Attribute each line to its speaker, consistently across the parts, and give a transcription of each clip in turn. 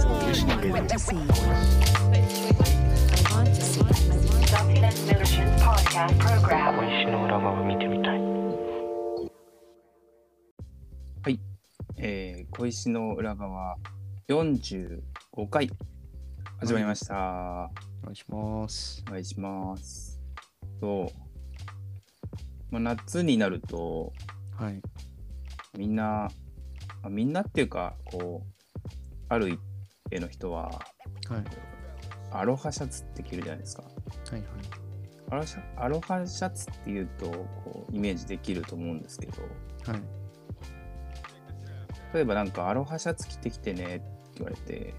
Speaker 1: けど
Speaker 2: Document Motion Podcast Program.
Speaker 3: 小石の裏側見てみたい
Speaker 4: えー、小石の裏側45回始まりました、
Speaker 1: お願いします
Speaker 4: お願いしますと、まあ、夏になると
Speaker 1: はい
Speaker 4: みんなあみんなっていうかこうある一定の人は
Speaker 1: はい
Speaker 4: アロハシャツって着るじゃないですか
Speaker 1: はいはい
Speaker 4: アロシャアロハシャツっていうとこうイメージできると思うんですけど
Speaker 1: はい
Speaker 4: 例えばなんかアロハシャツ着てきてねって言われて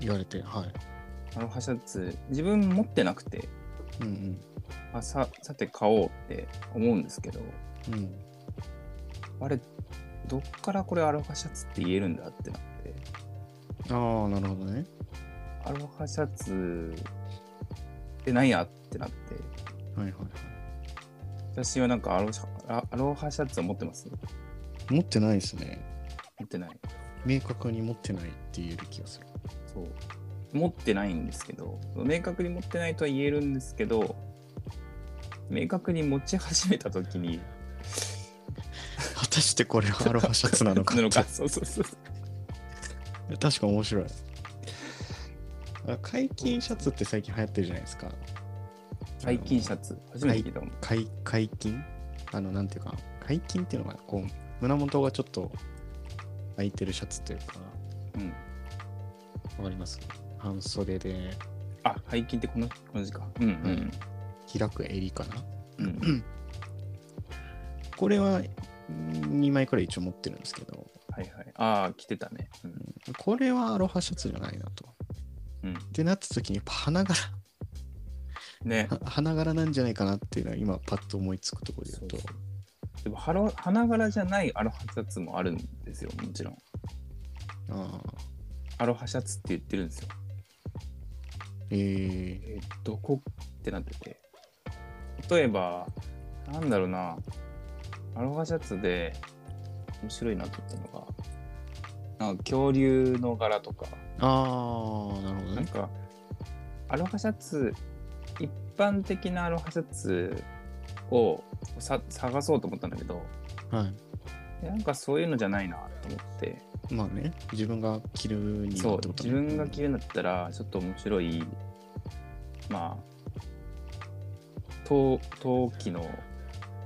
Speaker 1: 言われてはい
Speaker 4: アロハシャツ自分持ってなくて
Speaker 1: うん
Speaker 4: あささて買おうって思うんですけど
Speaker 1: うんうん
Speaker 4: あれどっからこれアロハシャツって言えるんだってなって
Speaker 1: ああなるほどね
Speaker 4: アロハシャツってなんやってなって
Speaker 1: はいはいは
Speaker 4: 私はなんかアロシャアアロハシャツを持ってます
Speaker 1: い持ってないですね
Speaker 4: 持ってない
Speaker 1: 明確に持ってないって言える気がする
Speaker 4: そう持ってないんですけど明確に持ってないとは言えるんですけど明確に持ち始めた時に
Speaker 1: 果たしてこれはアロハシャツなのか
Speaker 4: そうそうそう
Speaker 1: 確か面白いあ解禁シャツって最近流行ってるじゃないですか
Speaker 4: 解禁シャツ初めて聞いたもん、
Speaker 1: 解解禁あのなんていうか解禁っていうのがこう胸元がちょっと開いてるシャツというか
Speaker 4: うん、
Speaker 1: わかります半袖で
Speaker 4: あ解禁ってこのこの字かうんうん
Speaker 1: 開く襟かな
Speaker 4: うん、
Speaker 1: これは2枚くらい一応持ってるんですけど
Speaker 4: はいはいああ来てたねうん
Speaker 1: これはアロハシャツじゃないなと。
Speaker 4: う
Speaker 1: っ
Speaker 4: ん
Speaker 1: てなった時にやっぱ花柄
Speaker 4: ね
Speaker 1: は花柄なんじゃないかなっていうのは今パッと思いつくところで言うと
Speaker 4: でもハロ花柄じゃないアロハシャツもあるんですよもちろん
Speaker 1: ああ
Speaker 4: アロハシャツって言ってるんですよ
Speaker 1: え
Speaker 4: えーどこってなってて例えばなんだろうなアロハシャツで面白いなと思ったのがなんか恐竜の柄とか
Speaker 1: ー、ああなるほど
Speaker 4: な
Speaker 1: ね
Speaker 4: んかアロハシャツ一般的なアロハシャツをさ探そうと思ったんだけど
Speaker 1: はい
Speaker 4: いやなんかそういうのじゃないなと思って
Speaker 1: まあね、自分が着るには
Speaker 4: そ
Speaker 1: っ
Speaker 4: う
Speaker 1: てこと
Speaker 4: 自
Speaker 1: ね
Speaker 4: 分が着るんだったらちょっと面白いまあ陶陶器の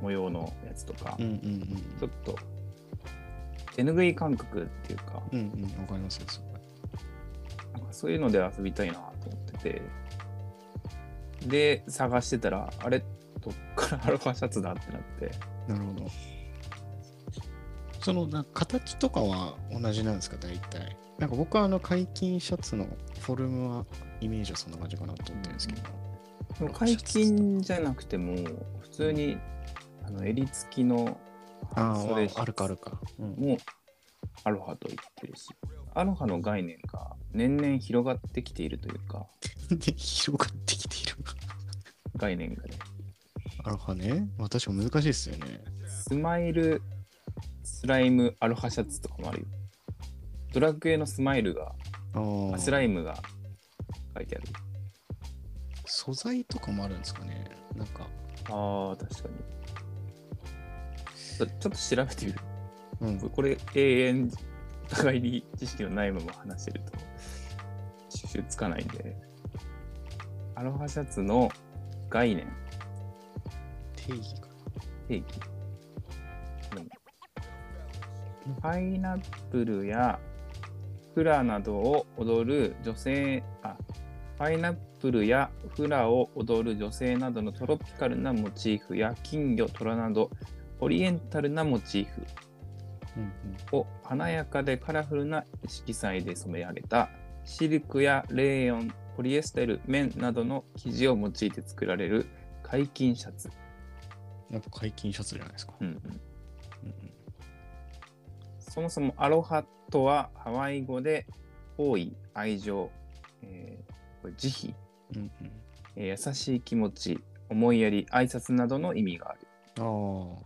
Speaker 4: 模様のやつとか、
Speaker 1: うんうん
Speaker 4: ちょっと手ぬぐい感覚っていうか
Speaker 1: うん。うんうん、わかりますよ、そこ
Speaker 4: なんかそういうので遊びたいなと思っててで探してたらあれどっからアロハシャツだってなって
Speaker 1: なるほど。その、なんか形とかは同じなんですか、大体。なんか僕はあの、解禁シャツのフォルムは、イメージはそんな感じかなと思ってるんですけど。
Speaker 4: でも解禁じゃなくても普通にあの襟付きの
Speaker 1: あ
Speaker 4: 半袖シャ
Speaker 1: あ、
Speaker 4: ツ
Speaker 1: あるかあるか。うん、
Speaker 4: もアロハと言ってるしアロハの概念が年々広がってきているというか
Speaker 1: で、広がってきている。
Speaker 4: 概念がね
Speaker 1: アロハね。まあ、確か難しいですよね。
Speaker 4: スマイルスライムアロハシャツとかもあるよドラクエのスマイルが
Speaker 1: あ
Speaker 4: あ
Speaker 1: あ、
Speaker 4: スライムが書いてある
Speaker 1: 素材とかもあるんですかね。なんか、
Speaker 4: あー確かにちょちょっと調べてみる
Speaker 1: うん、
Speaker 4: これ永遠お互いに知識のないまま話してると収集つかないんでアロハシャツの概念
Speaker 1: 定義か
Speaker 4: 定義パイナップルやフラなどを踊る女性あパイナップルやフラを踊る女性などのトロピカルなモチーフや金魚虎などオリエンタルなモチーフ
Speaker 1: な。うん
Speaker 4: を華やかでカラフルな色彩で染め上げたシルクやレーヨンポリエステル綿などの生地を用いて作られる解禁シャツ、
Speaker 1: うん。やっぱ解禁シャツじゃないですか。
Speaker 4: うんうん
Speaker 1: うんうん
Speaker 4: そもそもアロハとはハワイ語で好意愛情、えーこれ慈悲、
Speaker 1: うん
Speaker 4: えー優しい気持ち思いやり挨拶などの意味がある
Speaker 1: うん、ああ。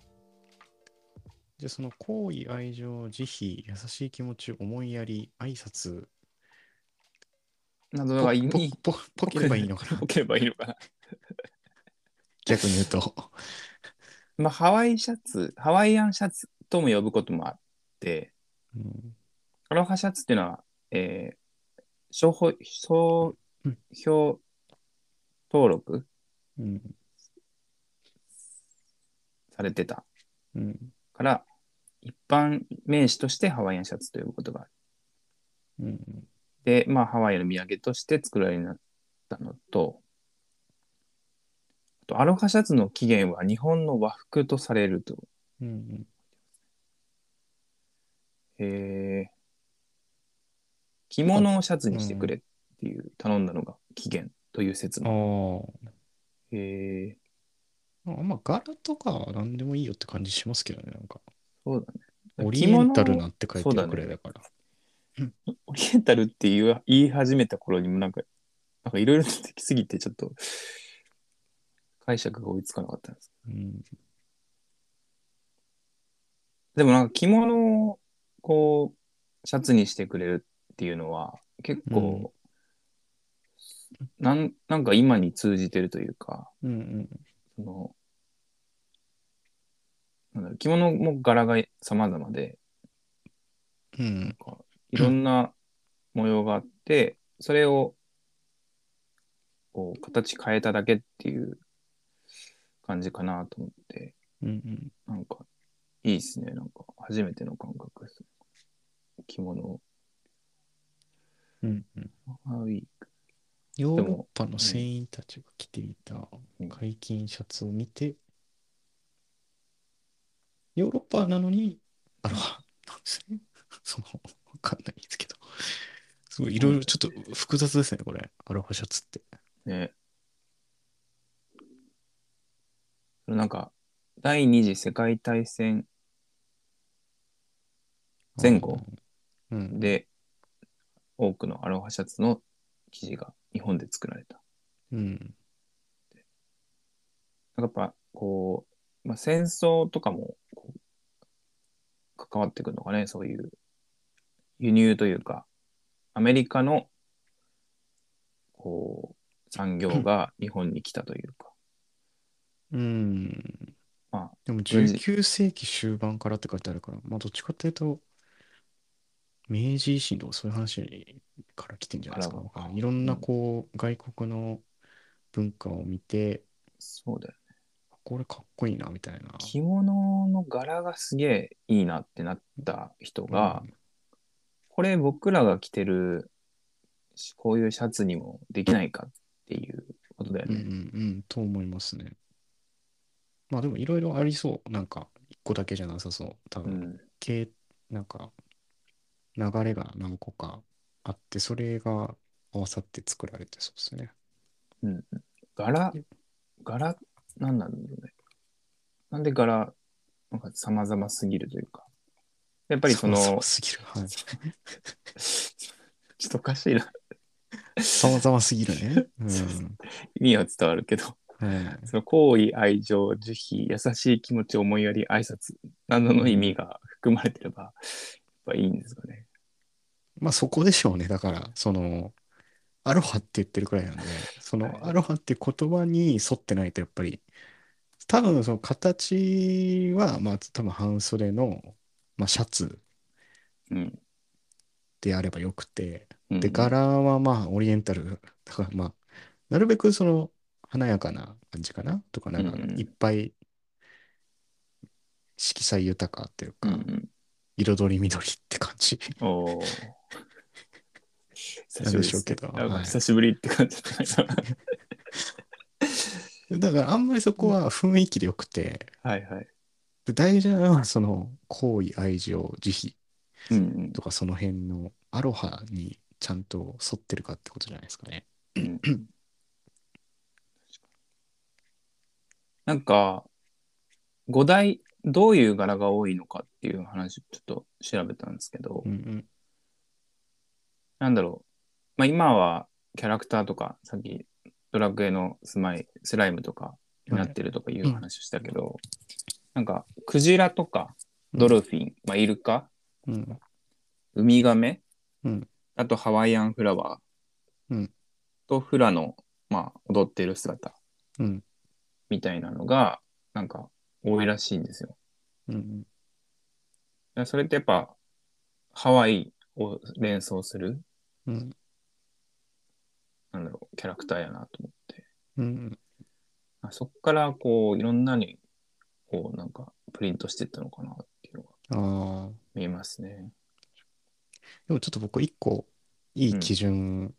Speaker 1: じゃあその好意、愛情、慈悲、優しい気持ち、思いやり、挨拶
Speaker 4: などが意
Speaker 1: ポ
Speaker 4: 味
Speaker 1: ポポポケればいいのかな
Speaker 4: をければいいのかな。
Speaker 1: 逆に言うと。
Speaker 4: まあ、ハワイシャツ、ハワイアンシャツとも呼ぶこともあって、
Speaker 1: うん
Speaker 4: アロハシャツっていうのは、えー、商法商標登録
Speaker 1: うん
Speaker 4: されてた
Speaker 1: うん
Speaker 4: から、一般名詞としてハワイアンシャツということがあっ
Speaker 1: うん
Speaker 4: て、まあ、ハワイの土産として作られるようになったのと、あとアロハシャツの起源は日本の和服とされると。
Speaker 1: うん
Speaker 4: へえ。着物をシャツにしてくれっていう頼んだのが起源という説
Speaker 1: あ
Speaker 4: も。
Speaker 1: ー
Speaker 4: へえ、
Speaker 1: あまあ柄とかは何でもいいよって感じしますけどねなんか
Speaker 4: そうだね。
Speaker 1: オリエンタル
Speaker 4: 着物
Speaker 1: なんて書いてるくらいだから
Speaker 4: オリエンタルって言う言い始めた頃にもなんか、なんかいろいろ出てきすぎてちょっと解釈が追いつかなかったんです。
Speaker 1: うん
Speaker 4: でもなんか着物をこう、シャツにしてくれるっていうのは結構、なんなんか今に通じてるというか、
Speaker 1: うんうん
Speaker 4: その、なんだろう着物も柄が様々で、
Speaker 1: うん
Speaker 4: いろんな模様があって、それをこう形変えただけっていう感じかなと思って、
Speaker 1: うんうん
Speaker 4: なんかいいですね。なんか初めての感覚です。着物。
Speaker 1: うんうん
Speaker 4: あいい
Speaker 1: ヨーロッパの船員たちが着ていた
Speaker 4: うん
Speaker 1: 解禁シャツを見て、ヨーロッパなのに、あの、なんですね。 その、わかんないですけど。すごい、いろいろちょっと複雑ですね、これ。アロハシャツって。
Speaker 4: ね。なんか第二次世界大戦前後
Speaker 1: うん。
Speaker 4: で多くのアロハシャツの生地が日本で作られた。
Speaker 1: うん。
Speaker 4: なんかやっぱこう、まあ、戦争とかもこう関わってくるのかね、そういう輸入というか、アメリカのこう産業が日本に来たというか、
Speaker 1: うん。
Speaker 4: まあ、
Speaker 1: でも
Speaker 4: 軍事
Speaker 1: 19世紀終盤からって書いてあるから、まあどっちかっていうと、明治維新とかそういう話から来てんじゃないですか。
Speaker 4: からか
Speaker 1: いろんな
Speaker 4: うん
Speaker 1: こう、外国の文化を見て、
Speaker 4: そうだよね。
Speaker 1: これかっこいいなみたいな。
Speaker 4: 着物の柄がすげえいいなってなった人が、これ僕らが着てるしこういうシャツにもできないかっていうことだよ
Speaker 1: うんう
Speaker 4: ね。
Speaker 1: んうん、と思いますね。まあでもいろいろありそう。なんか、一個だけじゃなさそう。多
Speaker 4: う
Speaker 1: 分、
Speaker 4: ん、
Speaker 1: 系、なんか、流れが何個かあって、それが合わさって作られてそうですね。
Speaker 4: 柄、柄、なんなんだろうね。なんで柄、なんか様々すぎるというか。やっぱりその、
Speaker 1: ざわすぎる。はい。
Speaker 4: ちょっとおかしいな。
Speaker 1: ざわざわすぎるね。うん。
Speaker 4: そうそ意味は伝わるけど、
Speaker 1: はい
Speaker 4: その好意、愛情、慈悲、優しい気持ち、思いやり、挨拶などの意味が含まれてれば、やっぱいいんですかね。
Speaker 1: まあそこでしょうね。だから、その、アロハって言ってるくらいなんで、そ
Speaker 4: はい
Speaker 1: のアロハって言葉に沿ってないとやっぱり、多分その形は、まあ多分半袖の、まあ、シャツ
Speaker 4: うん。
Speaker 1: であればよくて、
Speaker 4: うん
Speaker 1: で、柄はまあオリエンタル、だからまあ、なるべくその華やかな感じかなとか、なんか
Speaker 4: うんうん
Speaker 1: いっぱい色彩豊かっていう
Speaker 4: う
Speaker 1: か、
Speaker 4: ん
Speaker 1: 彩り緑って感じ。
Speaker 4: うん、おー久
Speaker 1: なんでしょうけど
Speaker 4: しぶりですねなんか
Speaker 1: はい
Speaker 4: 久しぶりって感じだったな
Speaker 1: だからあんまりそこは雰囲気でよくて、
Speaker 4: はいはい。
Speaker 1: で大事なのはその好意、愛情、慈悲
Speaker 4: うんうん
Speaker 1: とかその辺のアロハにちゃんと沿ってるかってことじゃないですかね。
Speaker 4: なんか、五大、どういう柄が多いのかっていう話、ちょっと調べたんですけど、
Speaker 1: うん
Speaker 4: なんだろう。まあ、今はキャラクターとか、さっきドラクエのスマイスライムとかになってるとかいう話をしたけど、なんか、クジラとか、ドルフィン、まあ、イルカ、
Speaker 1: うん。うん
Speaker 4: ウミガメ、
Speaker 1: うん
Speaker 4: あとハワイアンフラワ
Speaker 1: うん
Speaker 4: とフラの、まあ、踊ってる姿
Speaker 1: うん。
Speaker 4: みたいなのが、なんか多いらしいんですよ。
Speaker 1: うん。
Speaker 4: だからそれってやっぱ、ハワイを連想する、
Speaker 1: うん。
Speaker 4: なんだろう、キャラクターやなと思って。
Speaker 1: うん。
Speaker 4: あそこから、こう、いろんなに、こう、なんか、プリントしてったのかなっていうのが
Speaker 1: ああ。
Speaker 4: 見えますね。
Speaker 1: でもちょっと僕一個い
Speaker 4: うん
Speaker 1: い基準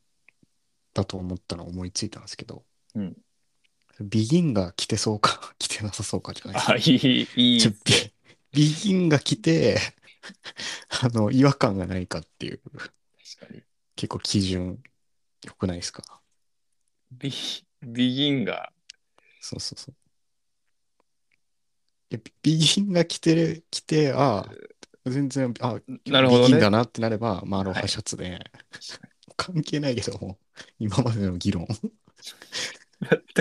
Speaker 1: だと思ったのを思いついたんですけど、
Speaker 4: うん
Speaker 1: ビギンが来てそうか 来てなさそうかじゃないですか。
Speaker 4: あ、いい、いいっ
Speaker 1: ち
Speaker 4: す
Speaker 1: ょビビギンが来て あの違和感がないかっていう
Speaker 4: 確かに。
Speaker 1: 結構基準良くないですか
Speaker 4: ビ、ビギンが、
Speaker 1: そうそうそう。いやビビギンが来てる、来て、ああ、全然、あ、
Speaker 4: なるほどね
Speaker 1: ビギンだなってなれば、まあ、アロ
Speaker 4: は
Speaker 1: ハ
Speaker 4: い
Speaker 1: シャツで、関係ないけども、今までの議論。
Speaker 4: 全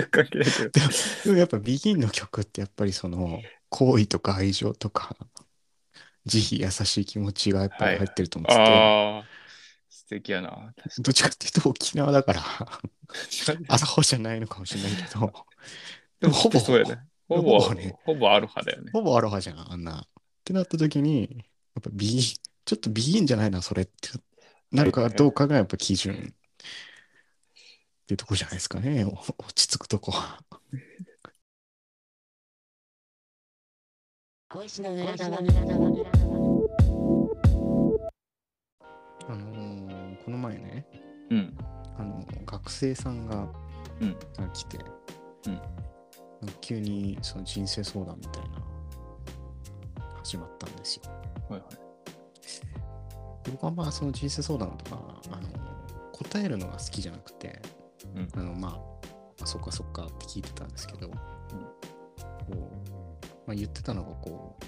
Speaker 4: く関係ないけど。
Speaker 1: でもでもやっぱビギンの曲ってやっぱりその好意とか愛情とか慈悲優しい気持ちがやっぱり入ってると思ってて、
Speaker 4: ああ、素敵やな。
Speaker 1: どっちかっていうと沖縄だ から
Speaker 4: 確か
Speaker 1: アラホじゃないのかもしれないけど
Speaker 4: に。
Speaker 1: でもほぼ
Speaker 4: そうやね。ほ
Speaker 1: ほ
Speaker 4: ぼ、ほ
Speaker 1: ぼ
Speaker 4: ぼ,、
Speaker 1: ね
Speaker 4: アルファだよね。
Speaker 1: ほぼアロハじゃんあんなってなった時にやっぱビギンちょっとビギンじゃないなそれってなるかどうかがやっぱ基準っていうとこじゃないですかねお落ち着くとこは。あのーこの前ね、
Speaker 4: うん。
Speaker 1: あの学生さんが、
Speaker 4: うん
Speaker 1: なんか来て、
Speaker 4: うん
Speaker 1: なんか急にその人生相談みたいな始まったんですよ。
Speaker 4: はいはい。
Speaker 1: で僕はまあその人生相談とかあの答えるのが好きじゃなくて、
Speaker 4: うん
Speaker 1: あのまああそっかそっかって聞いてたんですけど、こうまあ、言ってたのがこう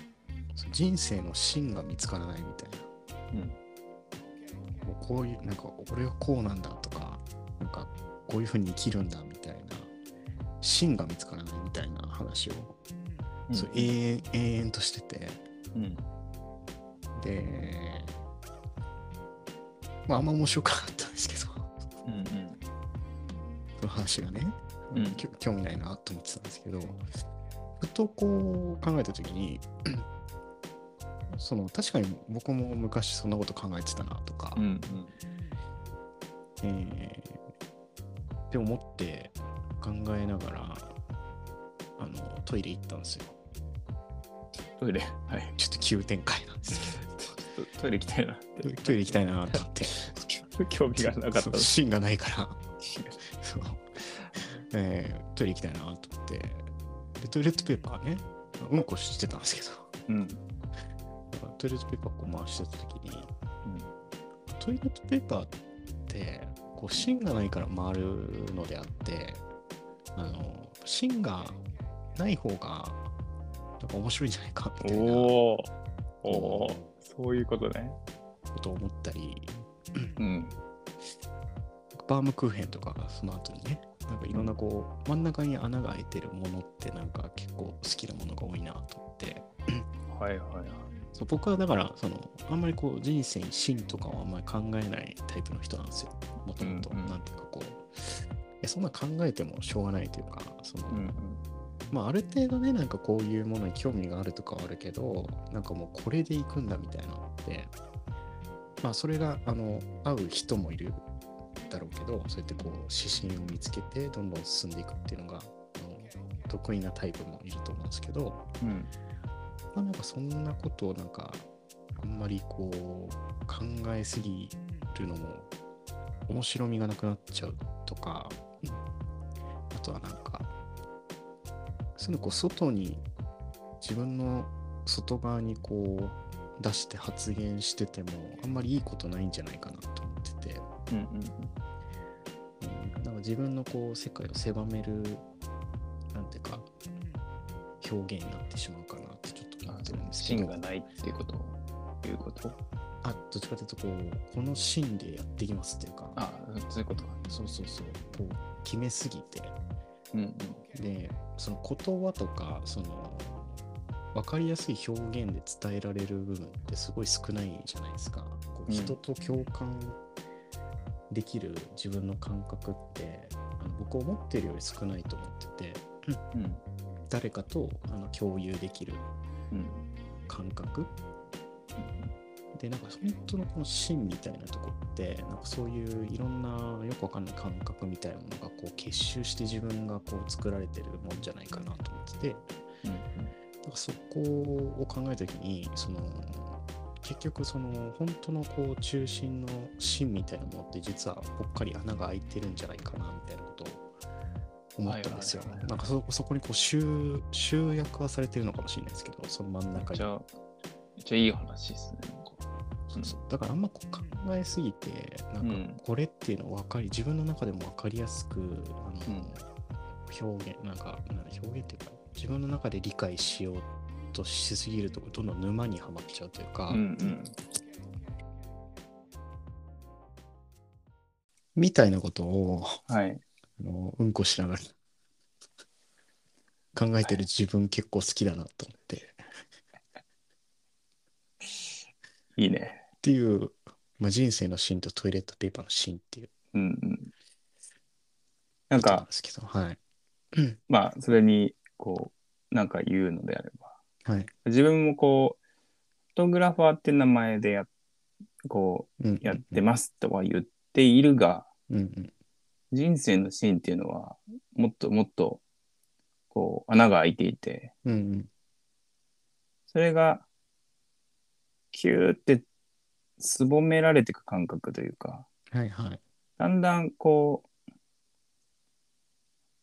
Speaker 1: その人生の芯が見つからないみたいな。もうこういうなんか俺はこうなんだとかなんかこういうふうに生きるんだみたいな芯が見つからないみたいな話を、
Speaker 4: うん。
Speaker 1: そう永遠永遠としてて
Speaker 4: うん。
Speaker 1: でまああんま面白くなかったんですけどそ
Speaker 4: うんうん。
Speaker 1: の話がね、
Speaker 4: うん
Speaker 1: きょ興味ないなと思ってたんですけどふとこう考えた時に その確かに僕も昔そんなこと考えてたなとか、
Speaker 4: うんうん。
Speaker 1: えーって思って考えながらあのトイレ行ったんですよ。
Speaker 4: トイレ。はい。
Speaker 1: ちょっと急展開なんです
Speaker 4: ちょっとトイレ行きたいなっ
Speaker 1: け
Speaker 4: て
Speaker 1: ど、トイレ行きたいなと思って、
Speaker 4: 興味がなかっ
Speaker 1: そ
Speaker 4: た
Speaker 1: う。芯がないから、そうえートイレ行きたいなと思ってで、トイレットペーパーね、うんこしてたんですけど
Speaker 4: うん。、
Speaker 1: トイレットペーパーこう回してた時に、トイレットペーパーってこう芯がないから回るのであってあの芯がない方がなんか面白いんじゃないかみたいなこ
Speaker 4: おお。おーそういうことね。
Speaker 1: とを思ったり
Speaker 4: うん。
Speaker 1: バームクーヘンとかがその後にねなんかいろんなこう真ん中に穴が開いてるものってなんか結構好きなものが多いなと思って
Speaker 4: はいはいはい。
Speaker 1: そう僕はだからそのあんまりこう人生に芯とかはあんまり考えないタイプの人なんですよもともと
Speaker 4: うんうん
Speaker 1: なんていうかこういやそんな考えてもしょうがないというかその、
Speaker 4: うんうん。
Speaker 1: まあ、ある程度ねなんかこういうものに興味があるとかはあるけどなんかもうこれでいくんだみたいなのってまあそれがあの合う人もいるだろうけどそうやってこう指針を見つけてどんどん進んでいくっていうのがあの得意なタイプもいると思うんですけど、
Speaker 4: うん。
Speaker 1: まあ、なんかそんなことをなんかあんまりこう考えすぎるのも面白みがなくなっちゃうとかあとはなんかそういうのこう外に自分の外側にこう出して発言しててもあんまりいいことないんじゃないかなと思ってて。
Speaker 4: うんうん
Speaker 1: うんなんか自分のこう世界を狭めるなんていうか表現になってしまうかなってちょっと
Speaker 4: うん。
Speaker 1: 思
Speaker 4: あ
Speaker 1: ってるんですけ
Speaker 4: 芯
Speaker 1: ど
Speaker 4: がないっていうこということ
Speaker 1: あどっちかというとこうこの芯でやっていきますっていうか
Speaker 4: あ、そういうことか。
Speaker 1: そうそうそうこう決めすぎて
Speaker 4: うんうん。
Speaker 1: でその言葉とかその分かりやすい表現で伝えられる部分ってすごい少ないじゃないですかこうん
Speaker 4: う
Speaker 1: 人と共感できる自分の感覚ってあの僕思ってるより少ないと思ってて
Speaker 4: うん
Speaker 1: 誰かとあの共有できる
Speaker 4: うん
Speaker 1: 感覚でなんか本当のこの芯みたいなとこってなんかそういういろんなよくわかんない感覚みたいなものがこう結集して自分がこう作られてるもんじゃないかなと思ってて
Speaker 4: うん
Speaker 1: なんかそこを考えた時にその結局その本当のこう中心の芯みたいなものって実はぽっかり穴が開いてるんじゃないかなみたいなことを思ったんですよ
Speaker 4: はいはいはいは。い
Speaker 1: なんかそそこにこう集集約はされてるのかもしれないですけどその真ん
Speaker 4: めっ
Speaker 1: 中に
Speaker 4: ち。ゃめっちゃいい話ですねなんか
Speaker 1: そうそうだからあんまこう考えすぎてな
Speaker 4: うん
Speaker 1: か
Speaker 4: ん
Speaker 1: これっていうのを分かり自分の中でも分かりやすくあの、表現なんかなんだ表現っていうか自分の中で理解しようとしすぎるとどんどん沼にはまっちゃうというか、
Speaker 4: うんうん
Speaker 1: みたいなことを
Speaker 4: は
Speaker 1: あ
Speaker 4: い
Speaker 1: のうんこしながら 考えてる自分結構好きだなと思って、っ
Speaker 4: いいね
Speaker 1: ていう、まあ、人生の芯とトイレットペーパーの芯っていう
Speaker 4: うんうんなん
Speaker 1: ことなん
Speaker 4: か
Speaker 1: ですけどはい
Speaker 4: まあそれにこうなんか言うのであれば
Speaker 1: はい
Speaker 4: 自分もこうフォトグラファーって名前でやこ
Speaker 1: うん
Speaker 4: うやってますとは言っているが、
Speaker 1: うんうん
Speaker 4: 人生のシーンっていうのはもっともっとこう穴が開いていて
Speaker 1: うんうん
Speaker 4: それがキューってすぼめられていく感覚というか
Speaker 1: はいはい
Speaker 4: だんだんこう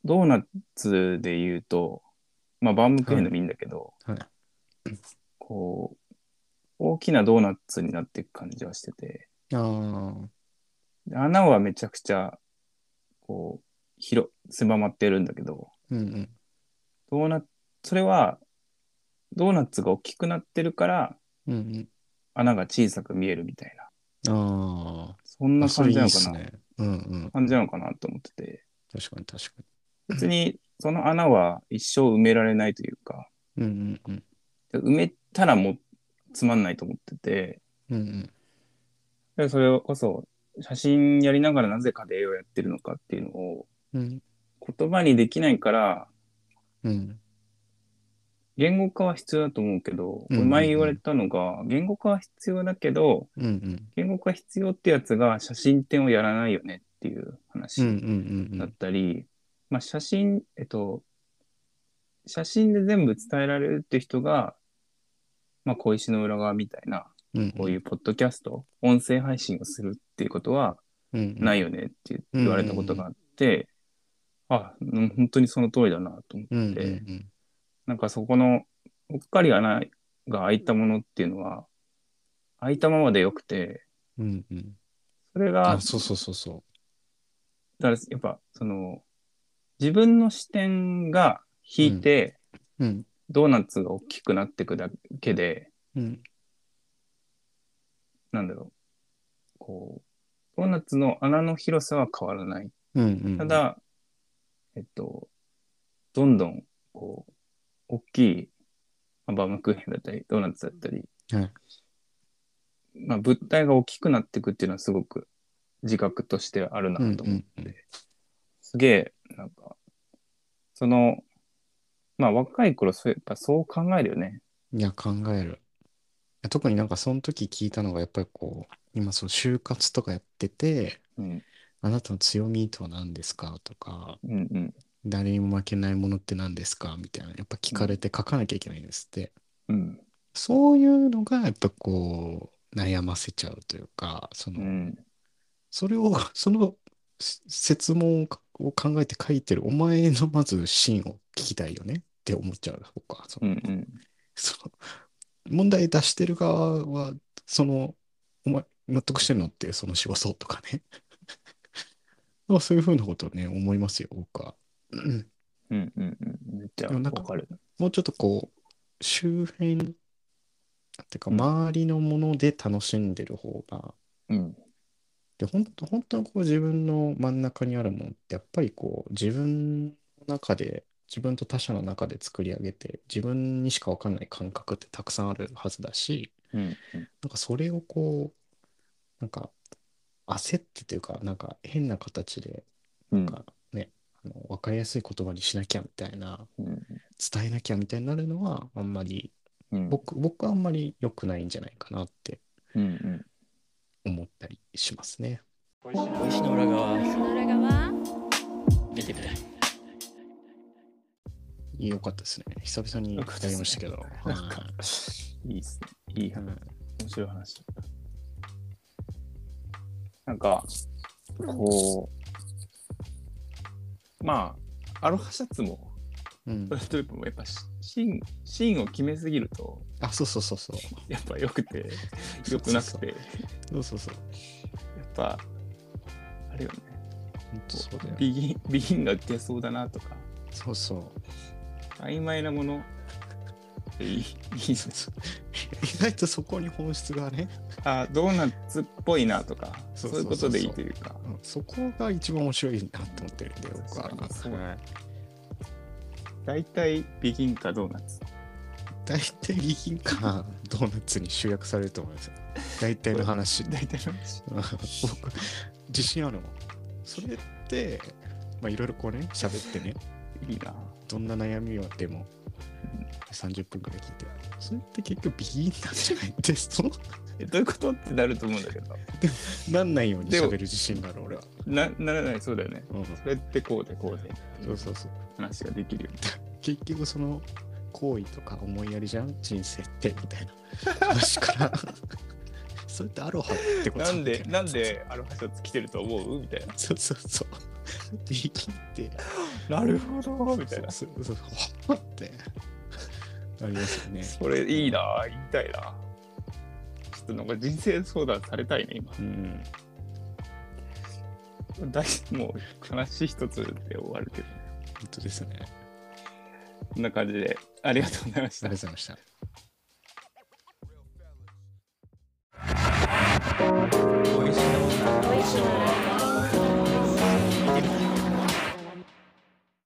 Speaker 4: ドーナツで言うとまあバームクーヘンでもいいんだけど、
Speaker 1: はい
Speaker 4: こう大きなドーナツになっていく感じはしてて
Speaker 1: ああ、
Speaker 4: で穴はめちゃくちゃこう広狭まってるんだけど、
Speaker 1: うんうん。
Speaker 4: ドーナそれはドーナツが大きくなってるから
Speaker 1: うん
Speaker 4: 穴が小さく見えるみたいな
Speaker 1: うん。ああ、
Speaker 4: そんな
Speaker 1: あそ
Speaker 4: 感
Speaker 1: れい
Speaker 4: じ
Speaker 1: い
Speaker 4: な
Speaker 1: っす
Speaker 4: のかな
Speaker 1: ね。うんうん。
Speaker 4: 感じなのかなと思ってて
Speaker 1: 確かに確か
Speaker 4: 別にその穴は一生埋められないというか
Speaker 1: に。うんうん
Speaker 4: 埋めたらもうつまんないと思ってて
Speaker 1: うん。うんうん。
Speaker 4: だからそれこそ写真やりながらなぜ家庭をやってるのかっていうのを
Speaker 1: うん
Speaker 4: 言葉にできないから
Speaker 1: うん。
Speaker 4: 言語化は必要だと思うけど、これ
Speaker 1: うんうんうん
Speaker 4: 前言われたのが言語化は必要だけど
Speaker 1: うんうん。
Speaker 4: 言語化必要ってやつが写真展をやらないよねっていう
Speaker 1: うんう
Speaker 4: 話
Speaker 1: んうんう
Speaker 4: だっ
Speaker 1: ん。
Speaker 4: たり、まあ、写真えっと写真で全部伝えられるって人が、まあ、小石の裏側みたいな
Speaker 1: うん
Speaker 4: こういうポッドキャスト、音声配信をするっていうことは
Speaker 1: うんうん。。
Speaker 4: ないいよねって言われたことがあって、あうん本当にその通りだなと思って、
Speaker 1: うんうんうん。
Speaker 4: なんかそこのぽっかり穴が開いたものっていうのは開いたままでよくて
Speaker 1: うんうん。
Speaker 4: それ
Speaker 1: あ、
Speaker 4: が
Speaker 1: そうそうそうそ
Speaker 4: だからやっぱその自分の視点が引いて、
Speaker 1: う。うん
Speaker 4: ドーナツが大きくなっていくだけで
Speaker 1: うん
Speaker 4: なんだろうこうドーナツの穴の広さは変わらない
Speaker 1: うんうん。
Speaker 4: た、だ、えっとどんどんこう大きいまあバームクーヘンだったりドーナツだったり、
Speaker 1: はい
Speaker 4: まあ、物体が大きくなっていくっていうのはすごく自覚としてあるな
Speaker 1: う
Speaker 4: と
Speaker 1: ん
Speaker 4: 思
Speaker 1: う
Speaker 4: って。
Speaker 1: ん。
Speaker 4: すげえ、なんか、その、まあ若い頃、そうやっぱそう考えるよね。
Speaker 1: いや、考える。特になんかその時聞いたのがやっぱりこう、今そう就活とかやってて、
Speaker 4: うん、
Speaker 1: あなたの強みとは何ですかとか、
Speaker 4: うん、うん、
Speaker 1: 誰にも負けないものって何ですかみたいな、やっぱ聞かれて書かなきゃいけないんですって。
Speaker 4: うん、
Speaker 1: そういうのがやっぱこう悩ませちゃうというか、その、
Speaker 4: うん、
Speaker 1: それを、そのせ設問をかを考えて書いてるお前のまず芯を聞きたいよねって思っちゃうほか、そ
Speaker 4: うん、う
Speaker 1: の、
Speaker 4: ん、
Speaker 1: その問題出してる側は、その、お前納得してるのってその仕事とかね。 まあそういうふうなことをね、思いますよ、僕は。うん
Speaker 4: うん、うん、めっちゃ
Speaker 1: でもなんか
Speaker 4: わかる。
Speaker 1: もうちょっとこう、周辺、っていうか
Speaker 4: うん
Speaker 1: 周りのもので楽しんでる方が、
Speaker 4: うん、
Speaker 1: で、本当、本当はこう自分の真ん中にあるものって、やっぱりこう自分の中で、自分と他者の中で作り上げて、自分にしかわかんない感覚ってたくさんあるはずだし、
Speaker 4: うん、
Speaker 1: なんかそれをこう、なんか焦ってというか、なんか変な形で、
Speaker 4: うん
Speaker 1: なんかね、あの分かりやすい言葉にしなきゃみたいな、
Speaker 4: うん
Speaker 1: 伝えなきゃみたいになるのは、あんまり、
Speaker 4: うん
Speaker 1: 僕、僕はあんまり良くないんじゃないかなって
Speaker 4: うんうん
Speaker 1: 思ったりしますね。
Speaker 3: 美味しいの裏側
Speaker 5: 石の裏側
Speaker 3: 見てみたい
Speaker 1: 良かったですね。久々に語りましたけど。
Speaker 4: よ
Speaker 1: は
Speaker 4: かったですねなんかいいですね。い
Speaker 1: い
Speaker 4: い
Speaker 1: うん
Speaker 4: 話、面白い話だった。なんか、こう、まあ、アロハシャツも、
Speaker 1: うん
Speaker 4: トラ。ストリップもやっぱし芯、芯を決めすぎると、
Speaker 1: あ、そうそうそうそう。
Speaker 4: やっぱ良くて、 良くなくて、やっ
Speaker 1: そうそうそう。
Speaker 4: ぱ、あれよね、
Speaker 1: 本当そうだよ。
Speaker 4: ビギン、ビギンが出そうだなとか、
Speaker 1: そうそう。
Speaker 4: 曖昧なもの、いい、いいです。
Speaker 1: 意外とそこに本質がね、
Speaker 4: あ、ドーナツっぽいなとか、
Speaker 1: そ
Speaker 4: そう
Speaker 1: そうそ
Speaker 4: ういう
Speaker 1: う
Speaker 4: こ
Speaker 1: そう
Speaker 4: とでいいというか、
Speaker 1: うんそこが一番面白いなって思ってるんで、僕は。
Speaker 4: そうそうそう
Speaker 1: はい
Speaker 4: 大体ビギンかドーナツ。
Speaker 1: 大 体備品かドーナツに集約されると思いますよ。大体の話。
Speaker 4: 大体の話。
Speaker 1: うん僕、 自信あるもん。それって、まあいろいろこうね、喋ってね、
Speaker 4: いいな。
Speaker 1: どんな悩みをでも30分くらい聞いて、それって結局備品なんじゃないって、そう
Speaker 4: えどういうことってなると思うんだけど。
Speaker 1: なんないように
Speaker 4: でも
Speaker 1: 喋る自信がある、俺は。
Speaker 4: なならない、そうだよね。
Speaker 1: うん、
Speaker 4: それってこうでこうで。
Speaker 1: そうそうそう。
Speaker 4: 話ができるよね。
Speaker 1: 結局その行為とか思いやりじゃん人生ってみたいな話から それってアロハってこと
Speaker 4: なんで、なん
Speaker 1: で
Speaker 4: でアロハシャツ着てると思うみたい
Speaker 1: そうそうそう言い切って
Speaker 4: な。なるほど、みたいな。
Speaker 1: そうそうそうほっってありますよね
Speaker 4: それいいな、言いたいな。ちょっとなんか人生相談されたいね、今。
Speaker 1: うん
Speaker 4: 大 もう話一つで終わるけど。
Speaker 1: 本当ですねありが
Speaker 4: こんな感じで、ありがとうございまし
Speaker 1: と
Speaker 4: た
Speaker 1: うご。ざいました
Speaker 3: 美味しいの裏側
Speaker 5: おいしの裏側